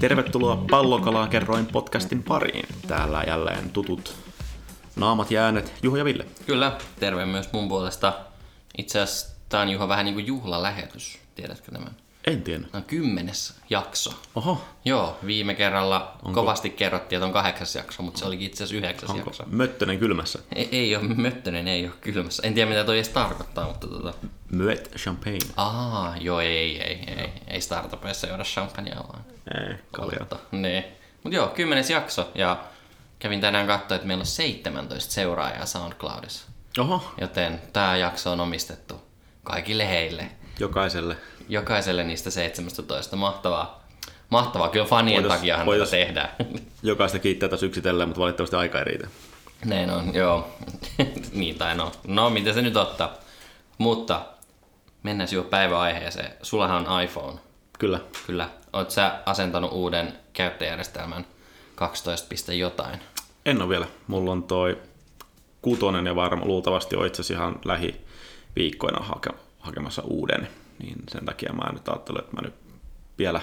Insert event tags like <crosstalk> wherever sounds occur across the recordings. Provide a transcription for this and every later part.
Tervetuloa Pallokalaa kerroin podcastin pariin. Täällä jälleen tutut naamat ja äänet Juho ja Ville. Kyllä, terve myös mun puolesta. Itse asiassa tää on Juha vähän niinku juhlalähetys, tiedätkö tämän? En tiedä. Tämä on kymmenes jakso. Oho, Joo, viime kerralla kovasti kerrottiin, että on kahdeksas jakso, mutta se olikin itse asiassa yhdeksäs onko jakso. Möttönen kylmässä? Ei, ei ole, Möttönen ei ole kylmässä. En tiedä mitä toi edes tarkoittaa, mutta tota... Möt champagne. Aa, joo, ei, ei, ei. Ei startupeissa juoda champagnea vaan. Ei, kaljaa. Olutta. Niin. Mut joo, kymmenes jakso ja kävin tänään katsoa, että meillä on 17 seuraajaa SoundCloudissa. Oho, Joten tämä jakso on omistettu kaikille heille. jokaiselle. Jokaiselle niistä 17. Mahtavaa. Mahtavaa, kyllä fanien Voitais- takiahan tätä voitais- tehdään. <laughs> Jokaista kiittää tässä yksitellen, mutta valitettavasti aika ei riitä. Näin on, joo. <laughs> niin tai no. No, miten se nyt ottaa? Mutta mennään jo päiväaiheeseen. Sullahan on iPhone. Kyllä. Kyllä. Oot sä asentanut uuden käyttöjärjestelmän 12. piste jotain? En ole vielä. Mulla on toi kutonen ja varma luultavasti on itse asiassa ihan lähiviikkoina hake- hakemassa uuden. Niin sen takia mä nyt ajattelin, että mä nyt vielä,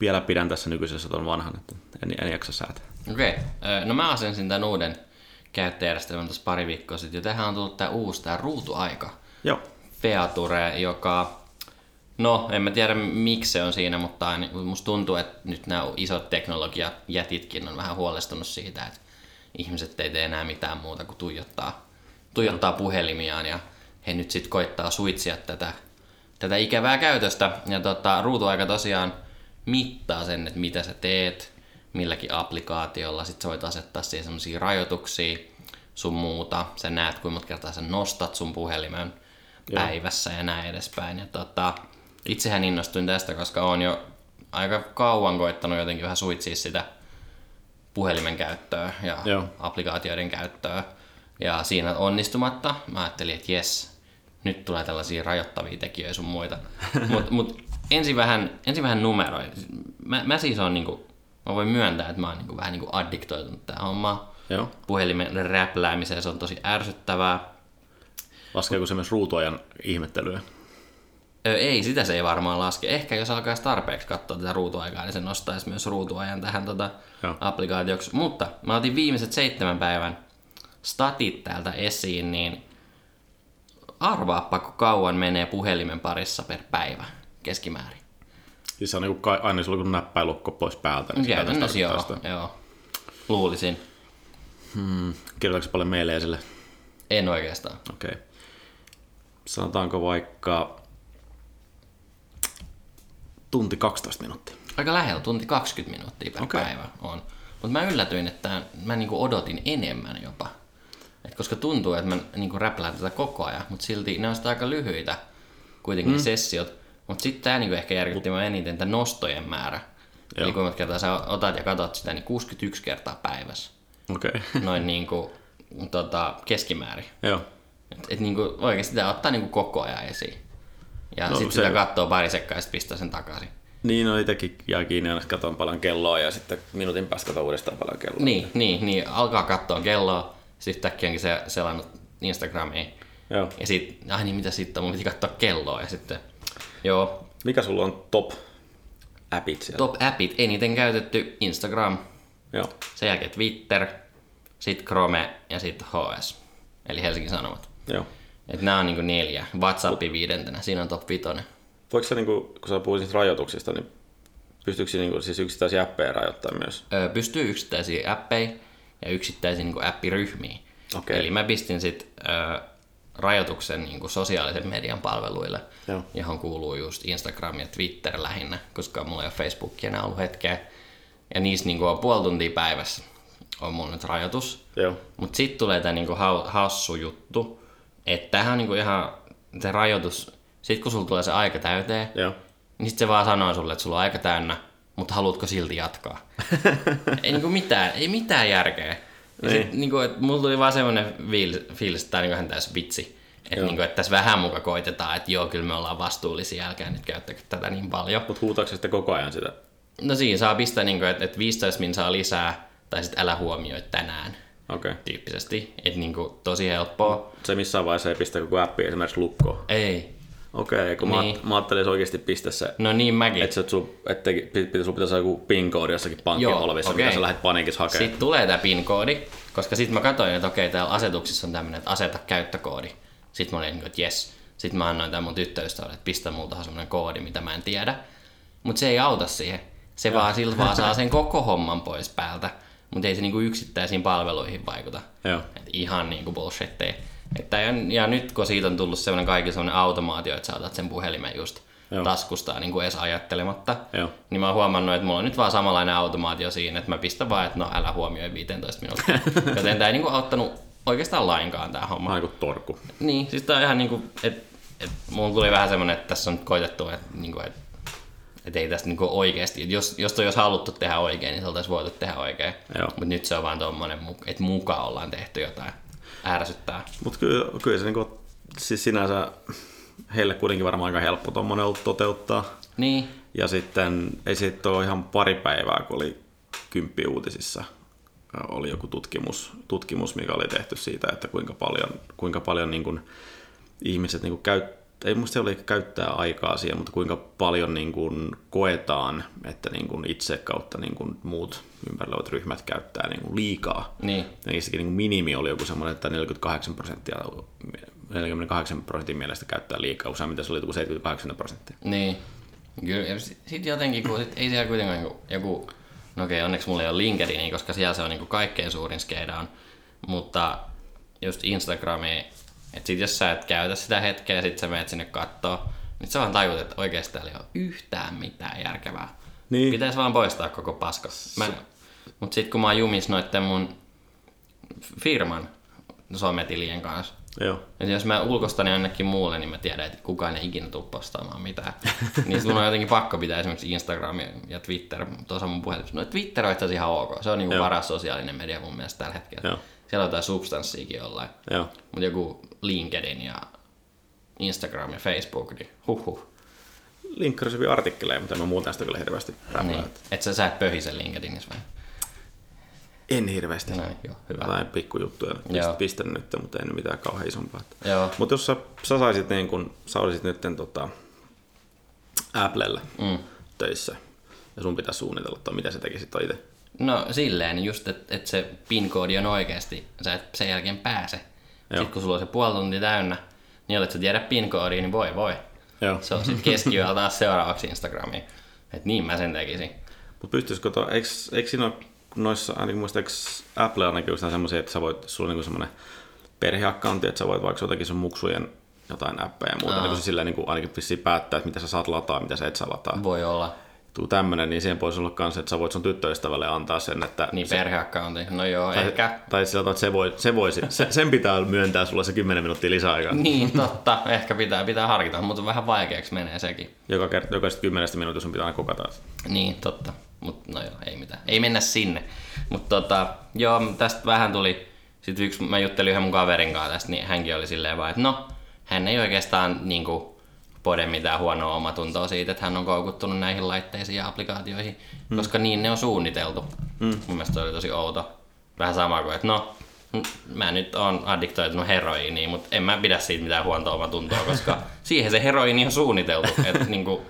vielä pidän tässä nykyisessä ton vanhan, että en, en jaksa säätää. Okei, okay. no mä asensin tämän uuden käyttöjärjestelmän tuossa pari viikkoa sitten, ja tähän on tullut tämä uusi, tämä ruutuaika Joo, feature, joka, no en mä tiedä miksi se on siinä, mutta ain- musta tuntuu, että nyt nämä isot teknologiajätitkin on vähän huolestunut siitä, että ihmiset ei tee enää mitään muuta kuin tuijottaa, tuijottaa puhelimiaan, ja he nyt sitten koittaa suitsia tätä, tätä ikävää käytöstä, ja tota, ruutuaika tosiaan mittaa sen, että mitä sä teet, milläkin applikaatiolla. Sitten sä voit asettaa siihen semmoisia rajoituksia sun muuta. Sä näet, kuinka monta kertaa sä nostat sun puhelimen päivässä ja näin edespäin. Ja tota, itsehän innostuin tästä, koska oon jo aika kauan koittanut jotenkin vähän suitsia sitä puhelimen käyttöä ja Joo. applikaatioiden käyttöä. Ja siinä onnistumatta mä ajattelin, että jes, nyt tulee tällaisia rajoittavia tekijöitä sun <laughs> muita. Mutta mut ensin, vähän, ensin vähän numeroin. Mä, mä siis on niinku, mä voin myöntää, että mä oon niinku vähän niinku addiktoitunut tähän hommaan. joo. Puhelimen räpläämiseen se on tosi ärsyttävää. Laskeeko se myös ruutuajan ihmettelyä? Ö, ei, sitä se ei varmaan laske. Ehkä jos alkaisi tarpeeksi katsoa tätä ruutuaikaa, niin se nostaisi myös ruutuajan tähän tota Joo. applikaatioksi. Mutta mä otin viimeiset seitsemän päivän statit täältä esiin, niin arvaappa, kun kauan menee puhelimen parissa per päivä keskimäärin. Siis se on niin kai, aina silloin, kun näppäilukko pois päältä. Niin sitä Käytännössä tarkoittaa joo, joo. Luulisin. sitä. Kirjoitatko paljon meileiselle? En oikeastaan. Okei. Okay. Sanotaanko vaikka tunti 12 minuuttia. Aika lähellä, tunti 20 minuuttia per Okei. okay. päivä on. Mutta mä yllätyin, että mä niinku odotin enemmän jopa. Et koska tuntuu, että mä niinku räplään tätä koko ajan, mutta silti ne on sitä aika lyhyitä kuitenkin mm. sessiot. Mutta sitten tämä niinku ehkä järkytti mä eniten tämä nostojen määrä. Joo. Eli kuinka monta kertaa sä otat ja katot sitä, niin 61 kertaa <laughs> päivässä. Okei. Okay. Noin niinku, tota, keskimäärin. joo. Et, et niinku, oikeasti tämä ottaa niinku koko ajan esiin. Ja No, no, sitten se- sitä katsoo pari sekkaa ja sit pistää sen takaisin. Niin, no itsekin jää kiinni, aina katon paljon kelloa ja sitten minuutin päästä katon uudestaan paljon kelloa. Niin, niin, niin. Alkaa katsoa kelloa, sitten yhtäkkiä onkin se selannut Instagramiin. Joo. Ja sitten, ai niin mitä sitten, mun piti katsoa kelloa. Ja sitten, joo, Mikä sulla on top appit siellä? top appit, eniten käytetty Instagram, Joo. sen jälkeen Twitter, sitten Chrome ja sitten HS, eli Helsingin Sanomat. Joo. Et nämä on niinku neljä, WhatsApp viidentenä, siinä on top vitonen. Voiko sä, niinku, kun sä puhuit niistä rajoituksista, niin pystyykö se niinku, siis yksittäisiä appeja rajoittamaan myös? Ö, pystyy yksittäisiin appeihin ja yksittäisiin niin appiryhmiin. Okei. Eli mä pistin sit ö, rajoituksen niin kuin sosiaalisen median palveluille, Joo. johon kuuluu just Instagram ja Twitter lähinnä, koska mulla ei ole Facebookia enää ollut hetkeä. Ja niissä niin kuin on puoli tuntia päivässä on mun nyt rajoitus. Joo. Mutta sitten tulee tämä niinku hau- hassu juttu, että tämähän on niinku ihan se rajoitus, sitten kun sulla tulee se aika täyteen, Joo. niin sit se vaan sanoo sulle, että sulla on aika täynnä, mutta haluatko silti jatkaa. ei niinku mitään, ei mitään järkeä. Ja sit, niinku, et, mulla tuli vaan semmonen fiilis, fiilis että tää on niinku ihan täys vitsi. Että niinku, et tässä vähän muka koitetaan, että joo, kyllä me ollaan vastuullisia, älkää nyt käyttäkö tätä niin paljon. Mutta huutaako se sitten koko ajan sitä? No siinä saa pistää, niinku, että et 15 min saa lisää, tai sitten älä huomioi tänään Okei. Okay. tyyppisesti. Että niinku, tosi helppoa. Se missään vaiheessa ei pistä koko appi esimerkiksi lukkoon. Ei. Okei, okay, kun niin. Niin. mä, mä ajattelin, että oikeasti pistä se, No niin mäkin. että et sun, et teki, pit- pit- sun pitäisi olla joku PIN-koodi jossakin pankin Joo, olvissa, okei. mitä sä lähdet panikissa hakemaan. Sitten tulee tämä PIN-koodi, koska sitten mä katsoin, että okei, täällä asetuksissa on tämmöinen, että aseta käyttökoodi. Sitten mä olin, niin kuin, että jes. Sitten mä annoin tämän mun tyttöystävälle, että pistä mulla tuohon semmoinen koodi, mitä mä en tiedä. Mutta se ei auta siihen. Se vaan siltä vaan saa sen koko homman pois päältä. Mutta ei se niinku yksittäisiin palveluihin vaikuta. Joo. Et ihan niinku bullshitteja. Että on, ja nyt kun siitä on tullut semmoinen kaikki semmoinen automaatio, että sä otat sen puhelimen just Joo. Joo. taskustaan niinku edes ajattelematta, Joo. niin mä oon huomannut, että mulla on nyt vaan samanlainen automaatio siinä, että mä pistän vaan, että no älä huomioi 15 minuuttia. Joten tää ei niinku auttanut oikeastaan lainkaan tää homma. Mä kuin torku. Niin, siis tää on ihan niinku, että et, mulla tuli vähän semmonen, että tässä on nyt koitettu, että niinku, et, et ei tästä niinku oikeesti, et jos, jos toi olisi haluttu tehdä oikein, niin se oltaisiin voitu tehdä oikein. Joo. Mutta nyt se on vaan tommonen, mu- että muka ollaan tehty jotain. Ärsyttää. Mutta kyllä, kyllä se niinku, siis sinänsä heille kuitenkin varmaan aika helppo tommonen ollut toteuttaa. Niin, Ja sitten ei sitten ole ihan pari päivää, kun oli kymppi uutisissa oli joku tutkimus, tutkimus, mikä oli tehty siitä, että kuinka paljon, kuinka paljon niin kuin ihmiset niin kuin käyttää, ei muista oli käyttää aikaa siihen, mutta kuinka paljon niin kuin koetaan, että niin kuin itse kautta niin kuin muut ympärillä olevat ryhmät käyttää niin kuin liikaa. niin. Niissäkin niin minimi oli joku semmoinen, että 48 prosenttia, 48 prosentin mielestä käyttää liikaa, useimmiten se oli joku 78 prosenttia. Niin. Kyllä, ja sit sit jotenkin, kun sit ei siellä kuitenkaan joku, joku no okei, onneksi mulla ei ole LinkedInia, koska siellä se on niinku kaikkein suurin skeida on, mutta just Instagrami, että sit jos sä et käytä sitä hetkeä ja sit sä menet sinne kattoo, niin sä vaan tajut, että oikeesti täällä ei ole yhtään mitään järkevää. Niin. Pitäis vaan poistaa koko paska. Mä, mut sit kun mä oon jumis noitten mun firman sometilien kanssa, Joo. et jos mä ulkostan jonnekin muulle, niin mä tiedän, että kukaan ei ikinä tule postaamaan mitään. <laughs> niin sit mun on jotenkin pakko pitää esimerkiksi Instagram ja- ja Twitter tuossa mun puhelimessa. No Twitter on itse asiassa ihan ok. Se on niinku Joo. paras sosiaalinen media mun mielestä tällä hetkellä. Joo. Siellä on jotain substanssiikin jollain. Joo. Mutta joku LinkedIn ja Instagram ja Facebook, niin huhhuh. linkkarissa hyviä artikkeleja, mutta en mä muuten sitä kyllä hirveästi räplää. Niin. Niin. Et sä, sä et pöhise LinkedInissä vai? En hirveästi. No niin, joo, hyvä. Jotain pikkujuttuja Joo. pist, pistän nyt, mutta en mitään kauhean isompaa. Joo. Mutta jos sä, sä saisit niin kun, sä olisit nyt tota, Applella mm. töissä ja sun pitää suunnitella, että mitä sä tekisit itse. No silleen just, että et se PIN-koodi on oikeasti, sä et sen jälkeen pääse. Joo. Sitten kun sulla on se puoli tuntia täynnä, niin olet sä tiedä PIN-koodia, niin voi voi. Joo. Se on sitten keskiyöllä taas seuraavaksi Instagramiin. Et niin mä sen tekisin. Mutta pystyisikö tuo, eikö, eikö siinä ole noissa, ainakin muista, eikö Apple ainakin just semmoisia, että sä voit, sulla on niinku semmoinen perheakkauntti, että sä voit vaikka jotakin sun muksujen jotain appeja ja muuta, Aa. niin kun sä sillä niinku ainakin vissiin päättää, että mitä sä saat lataa, mitä sä et saa lataa. Voi olla. tuu tämmönen, niin siihen voisi olla kanssa, että sä voit sun tyttöystävälle antaa sen, että... Niin perheakkaunti. No joo, ehkä. Tai sillä tavalla, että se voi, se voi, se, sen pitää myöntää sulle se 10 minuuttia lisäaikaa. Niin, totta. Ehkä pitää, pitää harkita, mutta vähän vaikeaksi menee sekin. Joka kerta, jokaisesta kymmenestä minuutista sun pitää aina kokata. Niin, totta. Mutta no joo, ei mitään. Ei mennä sinne. Mutta tota, joo, tästä vähän tuli... Sitten yksi, mä juttelin yhden mun kaverin kanssa tästä, niin hänkin oli silleen vaan, että no, hän ei oikeastaan niinku pode mitään huonoa omatuntoa siitä, että hän on koukuttunut näihin laitteisiin ja applikaatioihin, mm. koska niin ne on suunniteltu. Mm. Mun mielestä toi oli tosi outo. Vähän sama kuin, että no, m- mä nyt oon addiktoitunut heroiiniin, mutta en mä pidä siitä mitään huontoa omatuntoa, <laughs> koska siihen se heroiini on suunniteltu. Että niinku,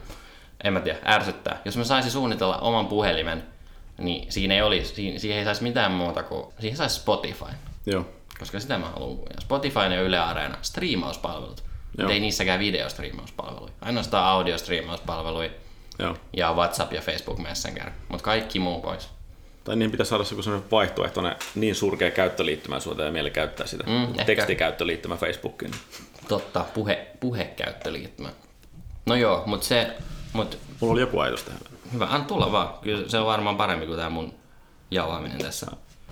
en mä tiedä, ärsyttää. Jos mä saisin suunnitella oman puhelimen, niin siinä ei olisi, si- siihen ei saisi mitään muuta kuin, siihen saisi Spotify. Joo. Koska sitä mä haluan. Ja Spotify ja Yle Areena, striimauspalvelut. Joo. Mutta ei niissäkään videostriimauspalveluja. Ainoastaan audiostriimauspalveluja Joo. ja WhatsApp ja Facebook Messenger. Mutta kaikki muu pois. Tai niihin pitäisi saada joku sellainen vaihtoehtoinen niin surkea käyttöliittymä suolta ja mieli käyttää sitä. Mm, ehkä. Tekstikäyttöliittymä Facebookiin. Totta, puhe, puhekäyttöliittymä. No joo, mutta se, mut Mulla oli joku ajatus tähän. hyvä, anna tulla vaan. Kyllä se on varmaan parempi kuin tämä mun jauhaaminen tässä.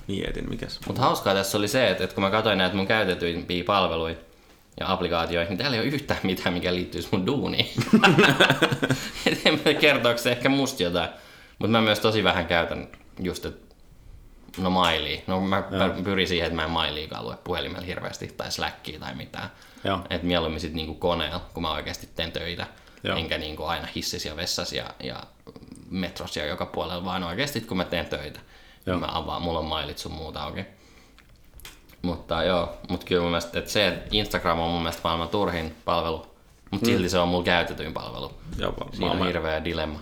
Mietin, mikäs. Mutta hauskaa tässä oli se, että, että kun mä katsoin näitä mun käytetyimpiä palveluja ja applikaatioita, niin täällä ei ole yhtään mitään, mikä liittyisi mun duuniin. Et en mä tiedä, kertooko se ehkä musta jotain. Mutta mä myös tosi vähän käytän just, että no mailia. No mä pä- pyrin siihen, että mä en mailiikaan lue puhelimella hirveästi tai Slackia tai mitään. Joo. Et mieluummin sit niinku koneella, kun mä oikeasti teen töitä. Joo. Enkä niinku aina hississä ja vessassa ja, ja metrossa ja joka puolella, vaan oikeasti kun mä teen töitä. Joo. Joo. Mä avaan, mulla on mailit sun muuta auki. Mutta joo, mutta kyllä mun mielestä, että se, että Instagram on mun mielestä maailman turhin palvelu, Mutta silti se on mulla käytetyin palvelu. Ja Siinä on varmaan hirveä dilemma.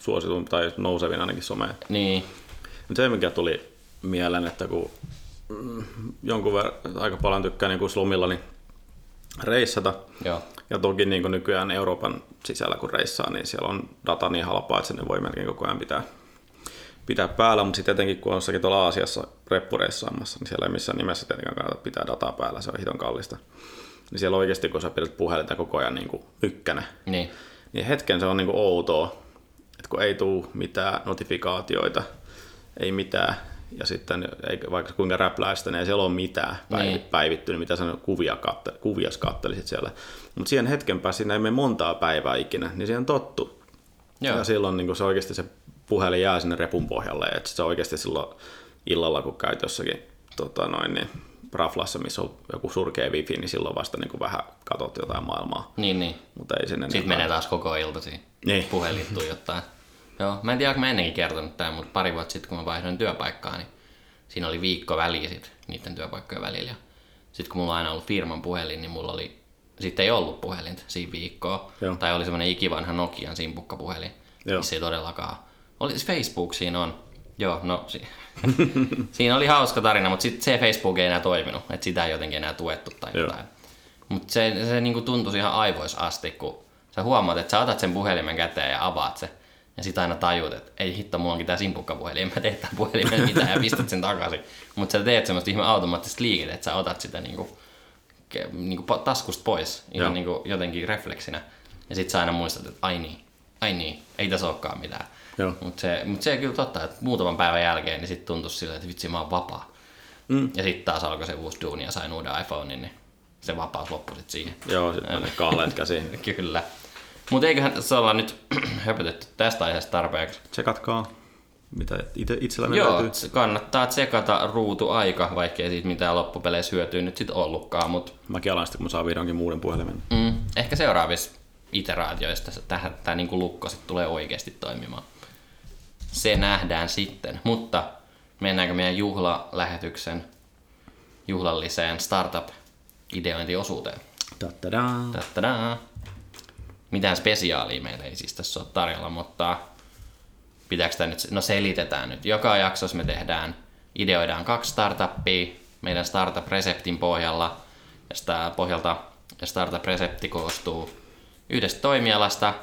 suosituin tai nousevin ainakin someen. Niin, Mutta se, mikä tuli mieleen, että kun mm, jonkun verran, aika paljon tykkää niin kuin slumilla niin reissata, joo. ja toki niin kuin nykyään Euroopan sisällä kun reissaa, niin siellä on data niin halpaa, että sen voi melkein koko ajan pitää, pitää päällä, mutta sitten etenkin kun on jossakin tuolla Aasiassa reppureissaamassa, niin siellä ei missään nimessä tietenkään kannata pitää dataa päällä, se on hiton kallista. Niin siellä oikeasti, kun sä pidät puhelinta koko ajan niin kuin ykkönen, Niin, niin hetken se on niinku outoa, että kun ei tule mitään notifikaatioita, ei mitään, ja sitten ei, vaikka kuinka räplää sitä, niin ei siellä ole mitään päiv- Niin. niin. päivittynyt, mitä sä nyt kuvia katte, kuvias kattelisit siellä. Mutta siihen hetken päässä siinä ei mene montaa päivää ikinä, niin siihen tottu. joo. Ja silloin niin se oikeasti se puhelin jää sinne repun pohjalle, että se oikeasti silloin illalla, kun käyt jossakin tota noin, niin raflassa, missä on joku surkea wifi, niin silloin vasta niin vähän katot jotain maailmaa. Niin, niin. Mutta ei sinne niinku- Sitten menee taas koko ilta siihen. Niin. Puhelin tuijottaa. Joo, mä en tiedä, onko mä ennenkin kertonut tämän, mutta pari vuotta sitten, kun mä vaihdoin työpaikkaa, niin siinä oli viikko väliä sit, niiden työpaikkojen välillä. Sitten kun mulla on aina ollut firman puhelin, niin mulla oli, sitten ei ollut puhelinta siinä viikkoa. Joo. Tai oli semmoinen ikivanha Nokian simpukkapuhelin, Joo. missä ei todellakaan. Oli siis Facebook siinä on. Joo, no si- siinä oli hauska tarina, mutta sitten se Facebook ei enää toiminut, että sitä ei jotenkin enää tuettu tai Joo. jotain. Mutta se, se niinku tuntui ihan aivois asti, kun sä huomaat, että sä otat sen puhelimen käteen ja avaat se. Ja sit aina tajut, että ei hitto, mulla onkin tää simpukkapuhelin, en mä tee tää puhelimen mitään ja pistät sen takaisin. Mutta sä teet semmoista ihme automaattista liikettä, että sä otat sitä niinku, ke- niinku po- taskusta pois ihan Joo. niinku jotenkin refleksinä. Ja sit sä aina muistat, että ai niin, ai niin, ei tässä olekaan mitään. Joo. Mutta se, mut se kyllä totta, että muutaman päivän jälkeen niin sit tuntui siltä, että vitsi mä oon vapaa. Mm. Ja sitten taas alkoi se uusi duuni ja sain uuden iPhonein, niin se vapaus loppui sitten siihen. Joo, sitten menee kaaleet käsiin. Kyllä. Mutta eiköhän se olla nyt <clears throat> höpötetty tästä aiheesta tarpeeksi. <laughs> Tsekatkaa, mitä itse, itselläni Joo, löytyy. se kannattaa tsekata ruutuaika, vaikkei siitä mitään loppupeleissä hyötyä nyt sitten ollutkaan, mutta Mäkin alan sitten, kun mä saan vihdoinkin muuden puhelimen. mm, ehkä seuraavissa iteraatioissa tämä, tämä niin lukko sit tulee oikeasti toimimaan. Se nähdään sitten, mutta mennäänkö meidän juhlalähetyksen juhlalliseen startup-ideointiosuuteen? Ta-ta-daa. Tadaa. Mm. Mitään spesiaalia meillä ei siis tässä ole tarjolla, mutta pitääkö tämä nyt, no selitetään nyt. Joka jaksossa me tehdään, ideoidaan kaksi startuppia meidän startup-reseptin pohjalla. Ja sitä pohjalta ja startup-resepti koostuu yhdestä toimialasta,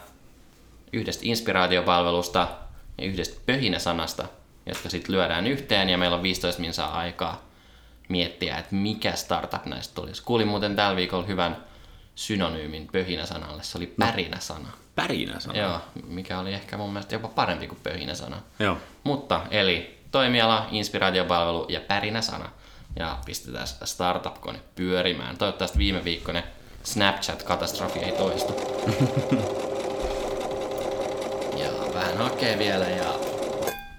yhdestä inspiraatiopalvelusta ja yhdestä pöhinäsanasta, jotka sitten lyödään yhteen ja meillä on 15 minsaa aikaa miettiä, että mikä startup näistä tulisi. Kuulin muuten tällä viikolla hyvän synonyymin pöhinäsanalle, se oli pärinäsana. Pärinä sanoo. Joo, mikä oli ehkä mun mielestä jopa parempi kuin pöhinäsana. Joo. Mutta eli toimiala, inspiraatiopalvelu ja pärinäsana. Ja pistetään startup-kone pyörimään. Toivottavasti viime viikkoinen Snapchat-katastrofi ei toistu. ja vähän hakee vielä ja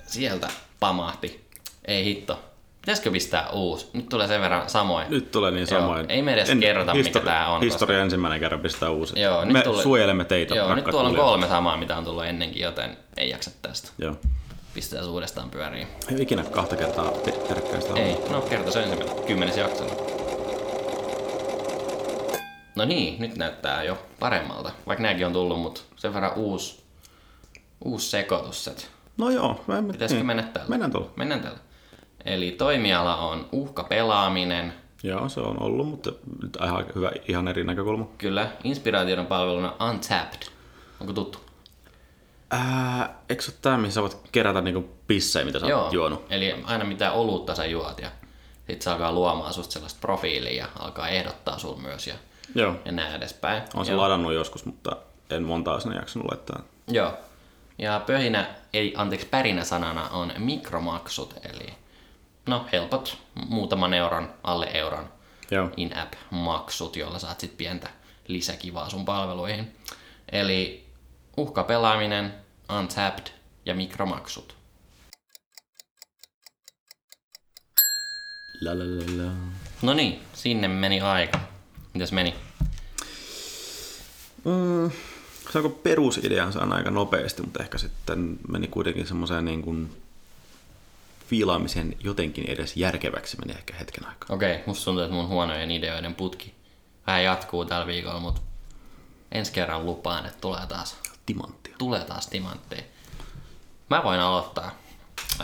sieltä pamahti. Ei hitto. Pitäisikö pistää uusi? Nyt tulee sen verran samoin. Nyt tulee niin Joo, samoin. ei me edes kerrota, mikä tää on, Historia ensimmäinen kerran pistää uusi. Joo, nyt me tulee- suojelemme teitä, Joo, nyt rakkaat tuolla on kuulijat. kolme samaa, mitä on tullut ennenkin, joten ei jaksa tästä. Joo. Pistetään se uudestaan pyöriin. Ei ole ikinä kahta kertaa pe- peräkkäin sitä Ei, no kerta se ensimmäinen. Kymmenes jakso. No niin, nyt näyttää jo paremmalta. Vaikka nääkin on tullut, mutta sen verran uusi, uusi sekoitus. et No joo. Mä en, Pitäisikö mennä tällä? Mennään tuolla. Mennään tällä. Eli toimiala on uhkapelaaminen. Joo, se on ollut, mutta nyt ihan hyvä, ihan eri näkökulma. Kyllä, inspiraation palveluna Untapped. Onko tuttu? Ää, eikö se ole tää, mihin sä voit kerätä niinku pissejä, mitä sä Joo. oot juonut? Eli aina mitä olutta sä juot ja sit se alkaa luomaan susta sellaista profiilia ja alkaa ehdottaa sul myös ja, Joo. ja näin edespäin. On se Joo. ladannut joskus, mutta en montaa sinne jaksanut laittaa. Joo. Ja pöhinä, eli anteeksi pärinä sanana on mikromaksut, eli no helpot muutaman euron, alle euron Joo. in-app maksut, joilla saat sit pientä lisäkivaa sun palveluihin. Eli uhkapelaaminen, untapped ja mikromaksut. La la la la. No niin, sinne meni aika. Mitäs meni? Mm. Se on perusideansa on aika nopeasti, mutta ehkä sitten meni kuitenkin semmoiseen niin kuin fiilaamisen jotenkin edes järkeväksi meni ehkä hetken aikaa. Okei, musta tuntuu, että mun huonojen ideoiden putki vähän jatkuu tällä viikolla, mutta Ensi kerran lupaan, että tulee taas, Timanttia. tulee taas timantteja. Mä voin aloittaa.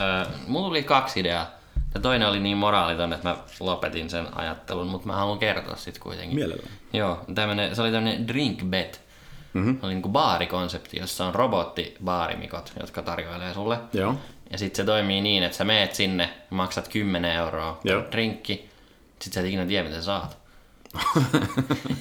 Öö, mulla tuli kaksi ideaa. Ja toinen oli niin moraaliton, että mä lopetin sen ajattelun, mutta mä haluan kertoa sit kuitenkin. Mielellään. Joo, tämmönen, se oli tämmönen drink bet. Mm-hmm. Oli niinku baarikonsepti, jossa on robottibaarimikot, jotka tarjoilee sulle. Joo. Ja sitten se toimii niin, että sä meet sinne, maksat 10 euroa Joo. Joo. drinkki, sit sä et ikinä tiedä, mitä sä saat.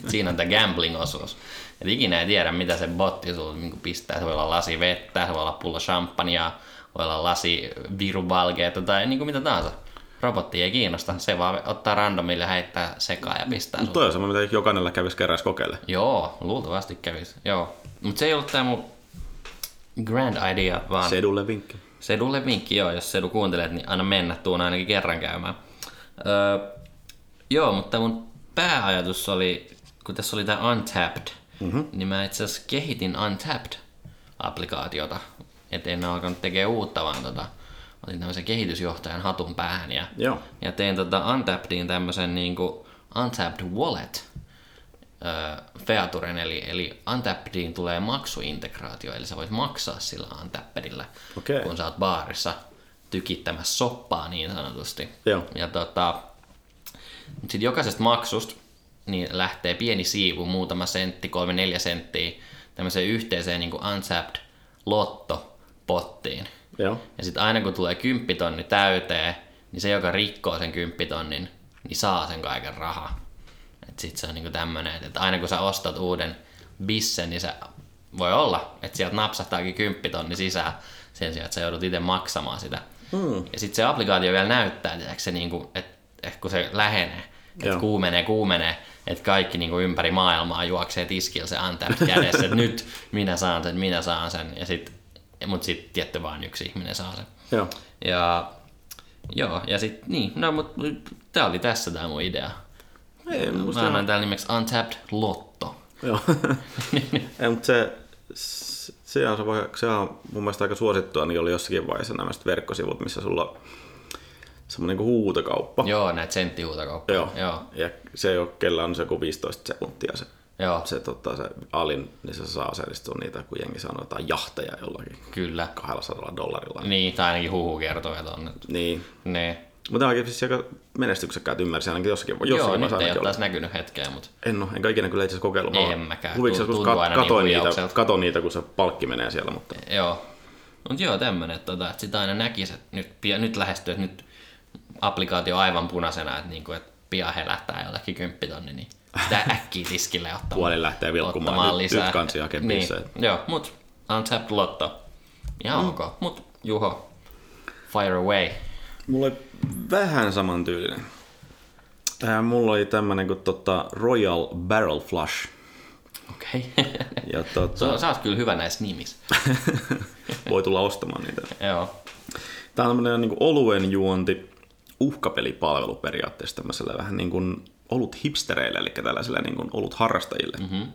Siinä on tämä gambling-osuus. Et ikinä ei tiedä, mitä se botti sulla niinku pistää. Se voi olla lasi vettä, se voi olla pullo champagnea, voi olla lasi virubalgeeta tai niinku mitä tahansa. Robotti ei kiinnosta, se vaan ottaa randomille, heittää sekaan ja pistää sulle. Toi on semmoinen, mitä jokainen kävisi keräisi kokeille. Joo, luultavasti kävis. Joo. Mut se ei ollut tää mun grand idea, vaan Sedulle vinkki. Sedulle vinkki, joo, jos Sedu kuuntelet, niin anna mennä, tuun ainakin kerran käymään. Öö, joo, mutta mun pääajatus oli, kun tässä oli tämä Untapped, mm-hmm. niin mä itse asiassa kehitin Untapped-applikaatiota. Et en alkanut tekee uutta, vaan tota, otin tämmöisen kehitysjohtajan hatun päähän ja, Joo. ja tein tota Untappediin tämmöisen niinku Untapped Wallet, öö, featuren, eli, eli Untappediin tulee maksuintegraatio, eli sä voit maksaa sillä Untappedillä, Okei. kun sä oot baarissa tykittämässä soppaa niin sanotusti. Joo. Ja tota, mut sit jokaisesta maksusta niin lähtee pieni siivu, muutama sentti, kolme neljä senttiä, tämmöiseen yhteiseen niin unsapped lottopottiin. Joo. Ja sitten aina kun tulee kymppitonni täyteen, niin se joka rikkoo sen kymppitonnin, niin saa sen kaiken rahaa. Et sit se on niinku tämmönen, että aina kun sä ostat uuden bissen, niin se voi olla, että sieltä napsahtaakin kymppitonni sisään sen sijaan, että sä joudut itse maksamaan sitä. Mm. Ja sitten se applikaatio vielä näyttää, tiedätkö, se niinku, että et kun se lähenee, Joo. että kuumenee, kuumenee, että kaikki niinku ympäri maailmaa juoksee tiskillä se antaa kädessä, että nyt minä saan sen, minä saan sen, ja sit, mut sitten tietty vaan yksi ihminen saa sen. Joo. Ja joo, ja sit niin, no mut tää oli tässä tää mun idea. Ei, musta Mä annan täällä nimeksi Untapped Lotto. <laughs> Joo. Ei, mutta se, se, se, on, se, voi- se on mun mielestä aika suosittua, niin oli jossakin vaiheessa nämä sit verkkosivut, missä sulla on semmoinen kuin huutokauppa. Joo, näitä senttihuutokauppoja. Joo. Joo. Ja se ei ole, kellä on se kuin 15 sekuntia se, Joo, se, tota, se alin, niin se saa osallistua niitä, kun jengi sanoo jotain jahteja jollakin kyllä. 200 dollarilla. Niin. Niin, tai ainakin huhu kertoo, että on. nyt- niin. Niin. Mutta ainakin siis aika menestyksekkäät ymmärsi ainakin jossakin, jossakin Joo, nyt vaiheessa ei ainakin ole oli. taas näkynyt hetkeä, mutta En ole, enkä ikinä kyllä itse asiassa kokeillut. Mä En vaan mäkään. Huviksi Tuntuu joskus aina kat- niin katon, niitä, huijaukselta. katon niitä, kun se palkki menee siellä, mutta joo. Mut joo, tämmönen, että, tota, että sitä aina näkisi, että nyt, pia- nyt lähestyy, että nyt applikaatio aivan punaisena, että, niinku, että pian helähtää jollekin kymppitonni, niin sitä äkkiä tiskille ja ottaa puoli lähtee vilkkumaan. ottamaan Nyt, lisää. nyt kansi hakee niin. niin. Joo, mut Untapped Lotto. Ihan mm. ok. Mut Juho, fire away. Mulla oli vähän samantyylinen. Äh, mulla oli tämmönen kuin tota Royal Barrel Flush. Okei. <laughs> Ja tota, Okay. Sä oot kyllä hyvä näissä nimissä. voi tulla ostamaan niitä. Joo. Tämä on tämmöinen niin oluen juonti uhkapelipalvelu periaatteessa tämmöiselle vähän niin kuin olut hipstereille, eli tällaiselle niin kuin olut harrastajille. Mm-hmm.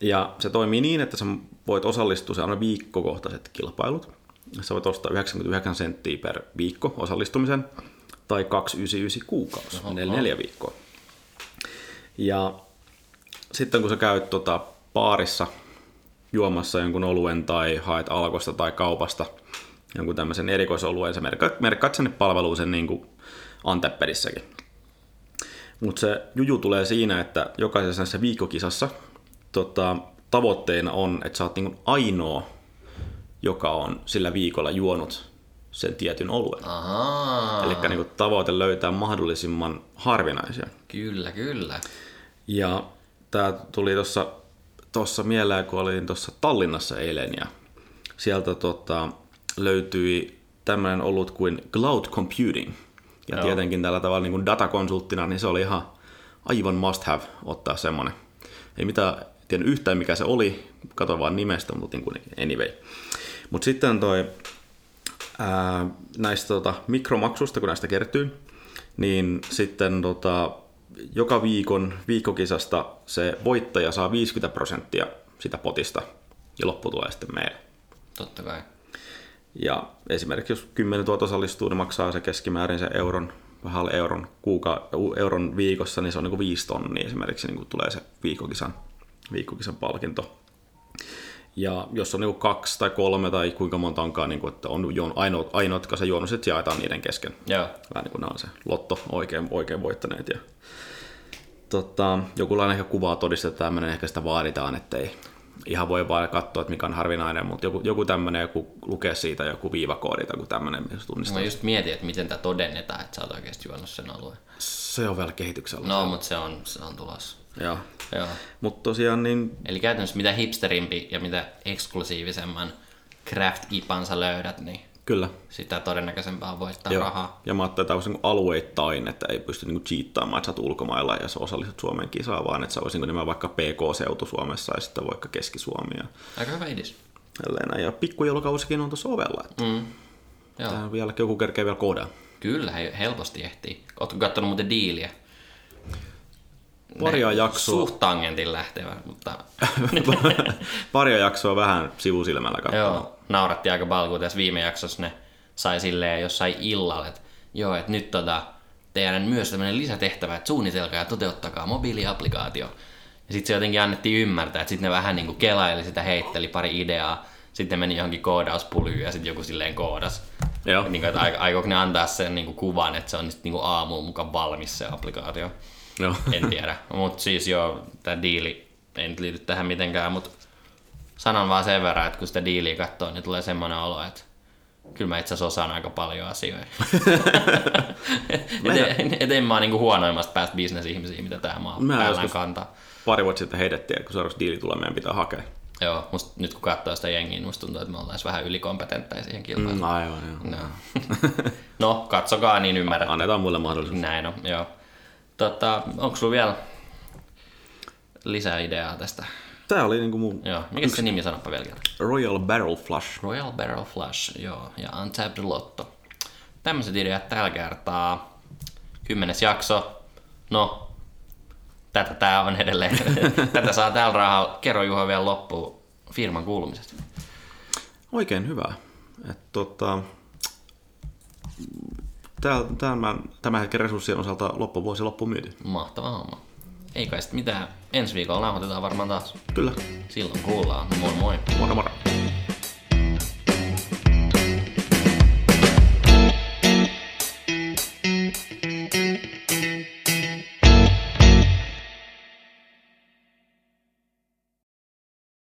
Ja se toimii niin, että sä voit osallistua, se on aina viikkokohtaiset kilpailut. Sä voit ostaa 99 senttiä per viikko osallistumisen tai 299 kuukausi, Oho. neljä viikkoa. Ja sitten kun sä käyt tota baarissa juomassa jonkun oluen tai haet alkosta tai kaupasta jonkun tämmöisen erikoisoluen, sä merkkaat, merkkaat sinne palveluun sen niin kuin Antepperissäkin. Mutta se juju tulee siinä, että jokaisessa näissä viikkokisassa tota, tavoitteena on, että sä oot niin ainoa, joka on sillä viikolla juonut sen tietyn oluen. Ahaa. Eli niin tavoite löytää mahdollisimman harvinaisia. Kyllä, kyllä. Ja tämä tuli tuossa tossa mieleen, kun olin tuossa Tallinnassa eilen ja sieltä tota, löytyi tämmöinen ollut kuin cloud computing. Ja Joo. tietenkin tällä tavalla niin kuin datakonsulttina, niin se oli ihan aivan must have ottaa semmoinen. Ei mitään, tiedä yhtään mikä se oli, katsoin vaan nimestä, mutta niin kuin anyway. Mutta sitten toi ää, näistä tota, mikromaksusta, kun näistä kertyy, niin sitten tota, joka viikon viikkokisasta se voittaja saa 50 prosenttia sitä potista ja loppu tulee sitten meille. Totta kai. Ja esimerkiksi jos 10 000 osallistuu, niin maksaa se keskimäärin se euron, vähän alle niinku euron, kuuka, euron viikossa, niin se on niin kuin 5 tonnia esimerkiksi niin kuin tulee se viikkokisan viikkokisan palkinto. Ja jos on niin kaksi tai kolme tai kuinka monta onkaan, niin kuin, että on juon, ainoat, ainoat se juonut, sitten jaetaan niiden kesken. Joo. Vähän niin kuin nämä on se lotto oikein, oikein voittaneet. Ja, tota, joku lainen ehkä kuvaa todista, että tämmöinen ehkä sitä vaaditaan, että ei ihan voi vaan katsoa, että mikä on harvinainen, mutta joku, joku tämmöinen, joku lukee siitä joku viivakoodi tai joku tämmöinen, missä tunnistaa. Mä just mietin, että miten tämä todennetaan, että sä oot oikeasti juonut sen alueen. Se on vielä kehityksellä. No, mutta se on, se on tulossa. Joo. Joo. Mutta tosiaan niin, Eli käytännössä mitä hipsterimpi ja mitä eksklusiivisemman craft ipansa löydät, niin kyllä. sitä todennäköisempää on voittaa Joo. rahaa. Ja mä ajattelin, että tämä olisi niin alueittain, että ei pysty niin cheattaamaan, että sä oot ulkomailla ja sä osallistut Suomen kisaan, vaan että sä olisin nimenomaan vaikka PK-seutu Suomessa ja sitten vaikka Keski-Suomi ja Aika hyvä idis. tälleen näin. Ja pikkujoulukausikin on tuossa ovella, että mm. Joo. tähän vielä joku kerkee vielä koodaa. Kyllä, he helposti ehtii. Ootko kattonut muuten diiliä? Paria Ne jaksoa. Suht tangentin lähtevä, mutta <laughs> Paria jaksoa vähän sivusilmällä katsoa. joo, no, nauratti aika paljon, kun tässä viime jaksossa ne sai silleen jossain illalla, että joo, että nyt tota, teidän myös tämmöinen lisätehtävä, että suunnitelkaa ja toteuttakaa mobiiliaplikaatio. Ja sitten se jotenkin annettiin ymmärtää, että sitten ne vähän niinku kelaili sitä, heitteli pari ideaa, sitten meni johonkin koodauspulyyyn ja sitten joku silleen koodas. Joo. Niin kuin, että aik- aikooko ne antaa sen niin kuin kuvan, että se on nyt niin kuin aamuun mukaan valmis se applikaatio. Joo. En tiedä. Mutta siis joo, tämä diili ei nyt liity tähän mitenkään, mutta sanon vaan sen verran, että kun sitä diiliä katsoo, niin tulee semmoinen olo, että kyllä mä itse asiassa osaan aika paljon asioita. <laughs> et, et, et, en mä ole niinku huonoimmasta päästä bisnesihmisiä, mitä tämä maa Mä päällään joskus- kantaa. Pari vuotta sitten heitettiin, että kun seuraavaksi diili tulee, meidän pitää hakea. Joo, musta, nyt kun katsoo sitä jengiä, niin musta tuntuu, että me ollaan vähän ylikompetentteja siihen Mm. kilpailuun. Aivan, joo. No. <laughs> no, katsokaa, niin ymmärrät. Annetaan muille mahdollisuus. Näin on, joo. Tota, onko sulla vielä lisää ideaa tästä? Tää oli niinku mun Joo, mikä se nimi sanoppa vielä kerran? Royal Barrel Flush. Royal Barrel Flash, joo, ja Untapped Lotto. Tämmöiset ideat tällä kertaa. Kymmenes jakso. No, tätä tää on <laughs> edelleen. tätä saa tällä rahalla. Kerro Juha vielä loppuun firman kuulumisesta. Oikein hyvä. Et, tota, tää- tämän, tämän hetken resurssien osalta loppuvuosi loppu myyty. Mahtava homma. Ei kai sit mitään. Ensi viikolla nauhoitetaan varmaan taas. Kyllä. Silloin kuullaan. Moi moi. Moro moro.